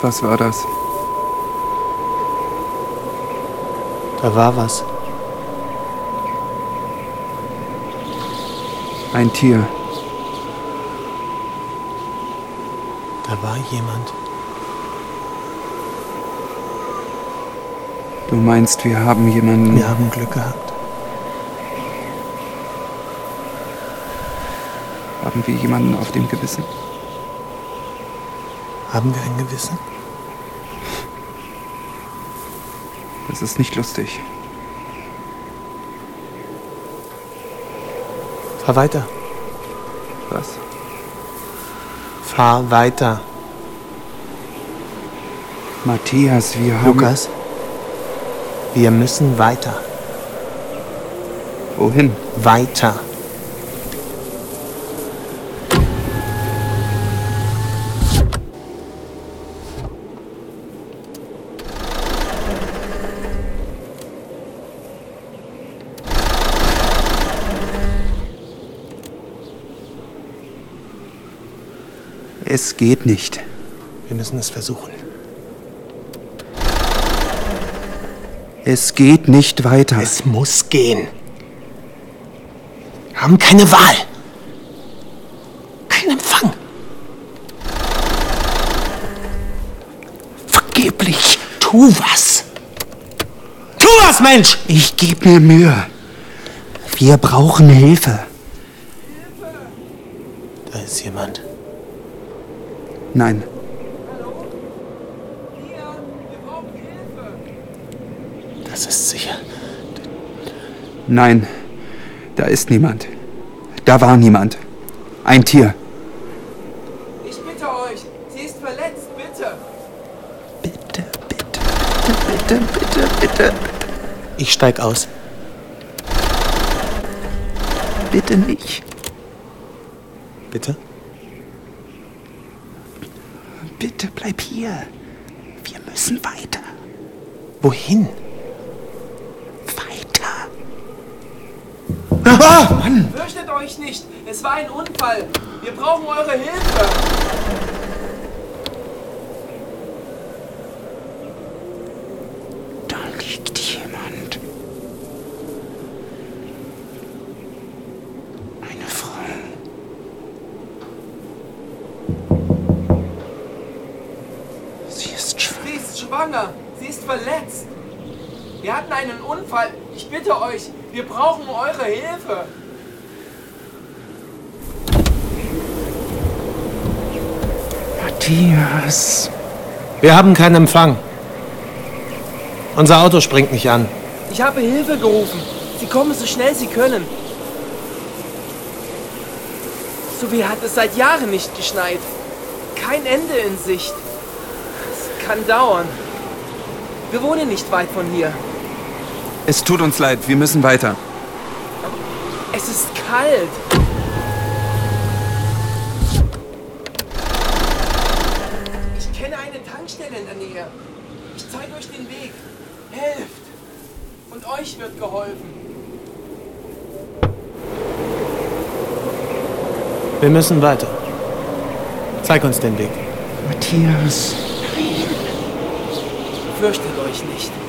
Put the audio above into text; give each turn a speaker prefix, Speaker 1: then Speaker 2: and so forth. Speaker 1: Was war das?
Speaker 2: Da war was.
Speaker 1: Ein Tier.
Speaker 2: Da war jemand.
Speaker 1: Du meinst, wir haben jemanden.
Speaker 2: Wir haben Glück gehabt.
Speaker 1: Haben wir jemanden auf dem Gewissen?
Speaker 2: Haben wir ein Gewissen?
Speaker 1: Das ist nicht lustig.
Speaker 2: Fahr weiter.
Speaker 1: Was?
Speaker 2: Fahr weiter.
Speaker 1: Matthias, wir haben.
Speaker 2: Lukas, wir müssen weiter.
Speaker 1: Wohin?
Speaker 2: Weiter.
Speaker 1: Es geht nicht.
Speaker 2: Wir müssen es versuchen.
Speaker 1: Es geht nicht weiter.
Speaker 2: Es muss gehen. Wir haben keine Wahl. Kein Empfang. Vergeblich. Tu was. Tu was, Mensch!
Speaker 1: ich gebe mir Mühe. Wir brauchen Hilfe.
Speaker 2: Da ist jemand.
Speaker 1: Nein,
Speaker 2: Das ist sicher.
Speaker 1: nein. Da ist niemand. Da war niemand. Ein Tier.
Speaker 3: Ich bitte euch, sie ist verletzt, bitte.
Speaker 1: Bitte, bitte, bitte, bitte, bitte,
Speaker 2: Ich steig aus.
Speaker 1: bitte, bitte nicht.
Speaker 2: Bitte?
Speaker 1: Bitte bleib hier. Wir müssen weiter.
Speaker 2: Wohin?
Speaker 1: Weiter.
Speaker 3: Fürchtet euch nicht, es war ein Unfall. Wir brauchen eure Hilfe.
Speaker 1: Da liegt jemand. Eine Frau. Sie ist schwach.
Speaker 3: Sie ist schwanger, sie ist verletzt. Wir hatten einen Unfall. Ich bitte euch, wir brauchen eure Hilfe.
Speaker 1: Matthias.
Speaker 2: Wir haben keinen Empfang. Unser Auto springt nicht an.
Speaker 3: Ich habe Hilfe gerufen. Sie kommen so schnell sie können. So wie hat es seit Jahren nicht geschneit. Kein Ende in Sicht. Es kann dauern. Wir wohnen nicht weit von hier.
Speaker 1: Es tut uns leid, wir müssen weiter.
Speaker 3: Es ist kalt. Ich kenne eine Tankstelle in der Nähe. Ich zeige euch den Weg. Helft. Und euch wird geholfen.
Speaker 2: Wir müssen weiter. Zeig uns den Weg.
Speaker 1: Matthias.
Speaker 3: Fürchtet euch nicht.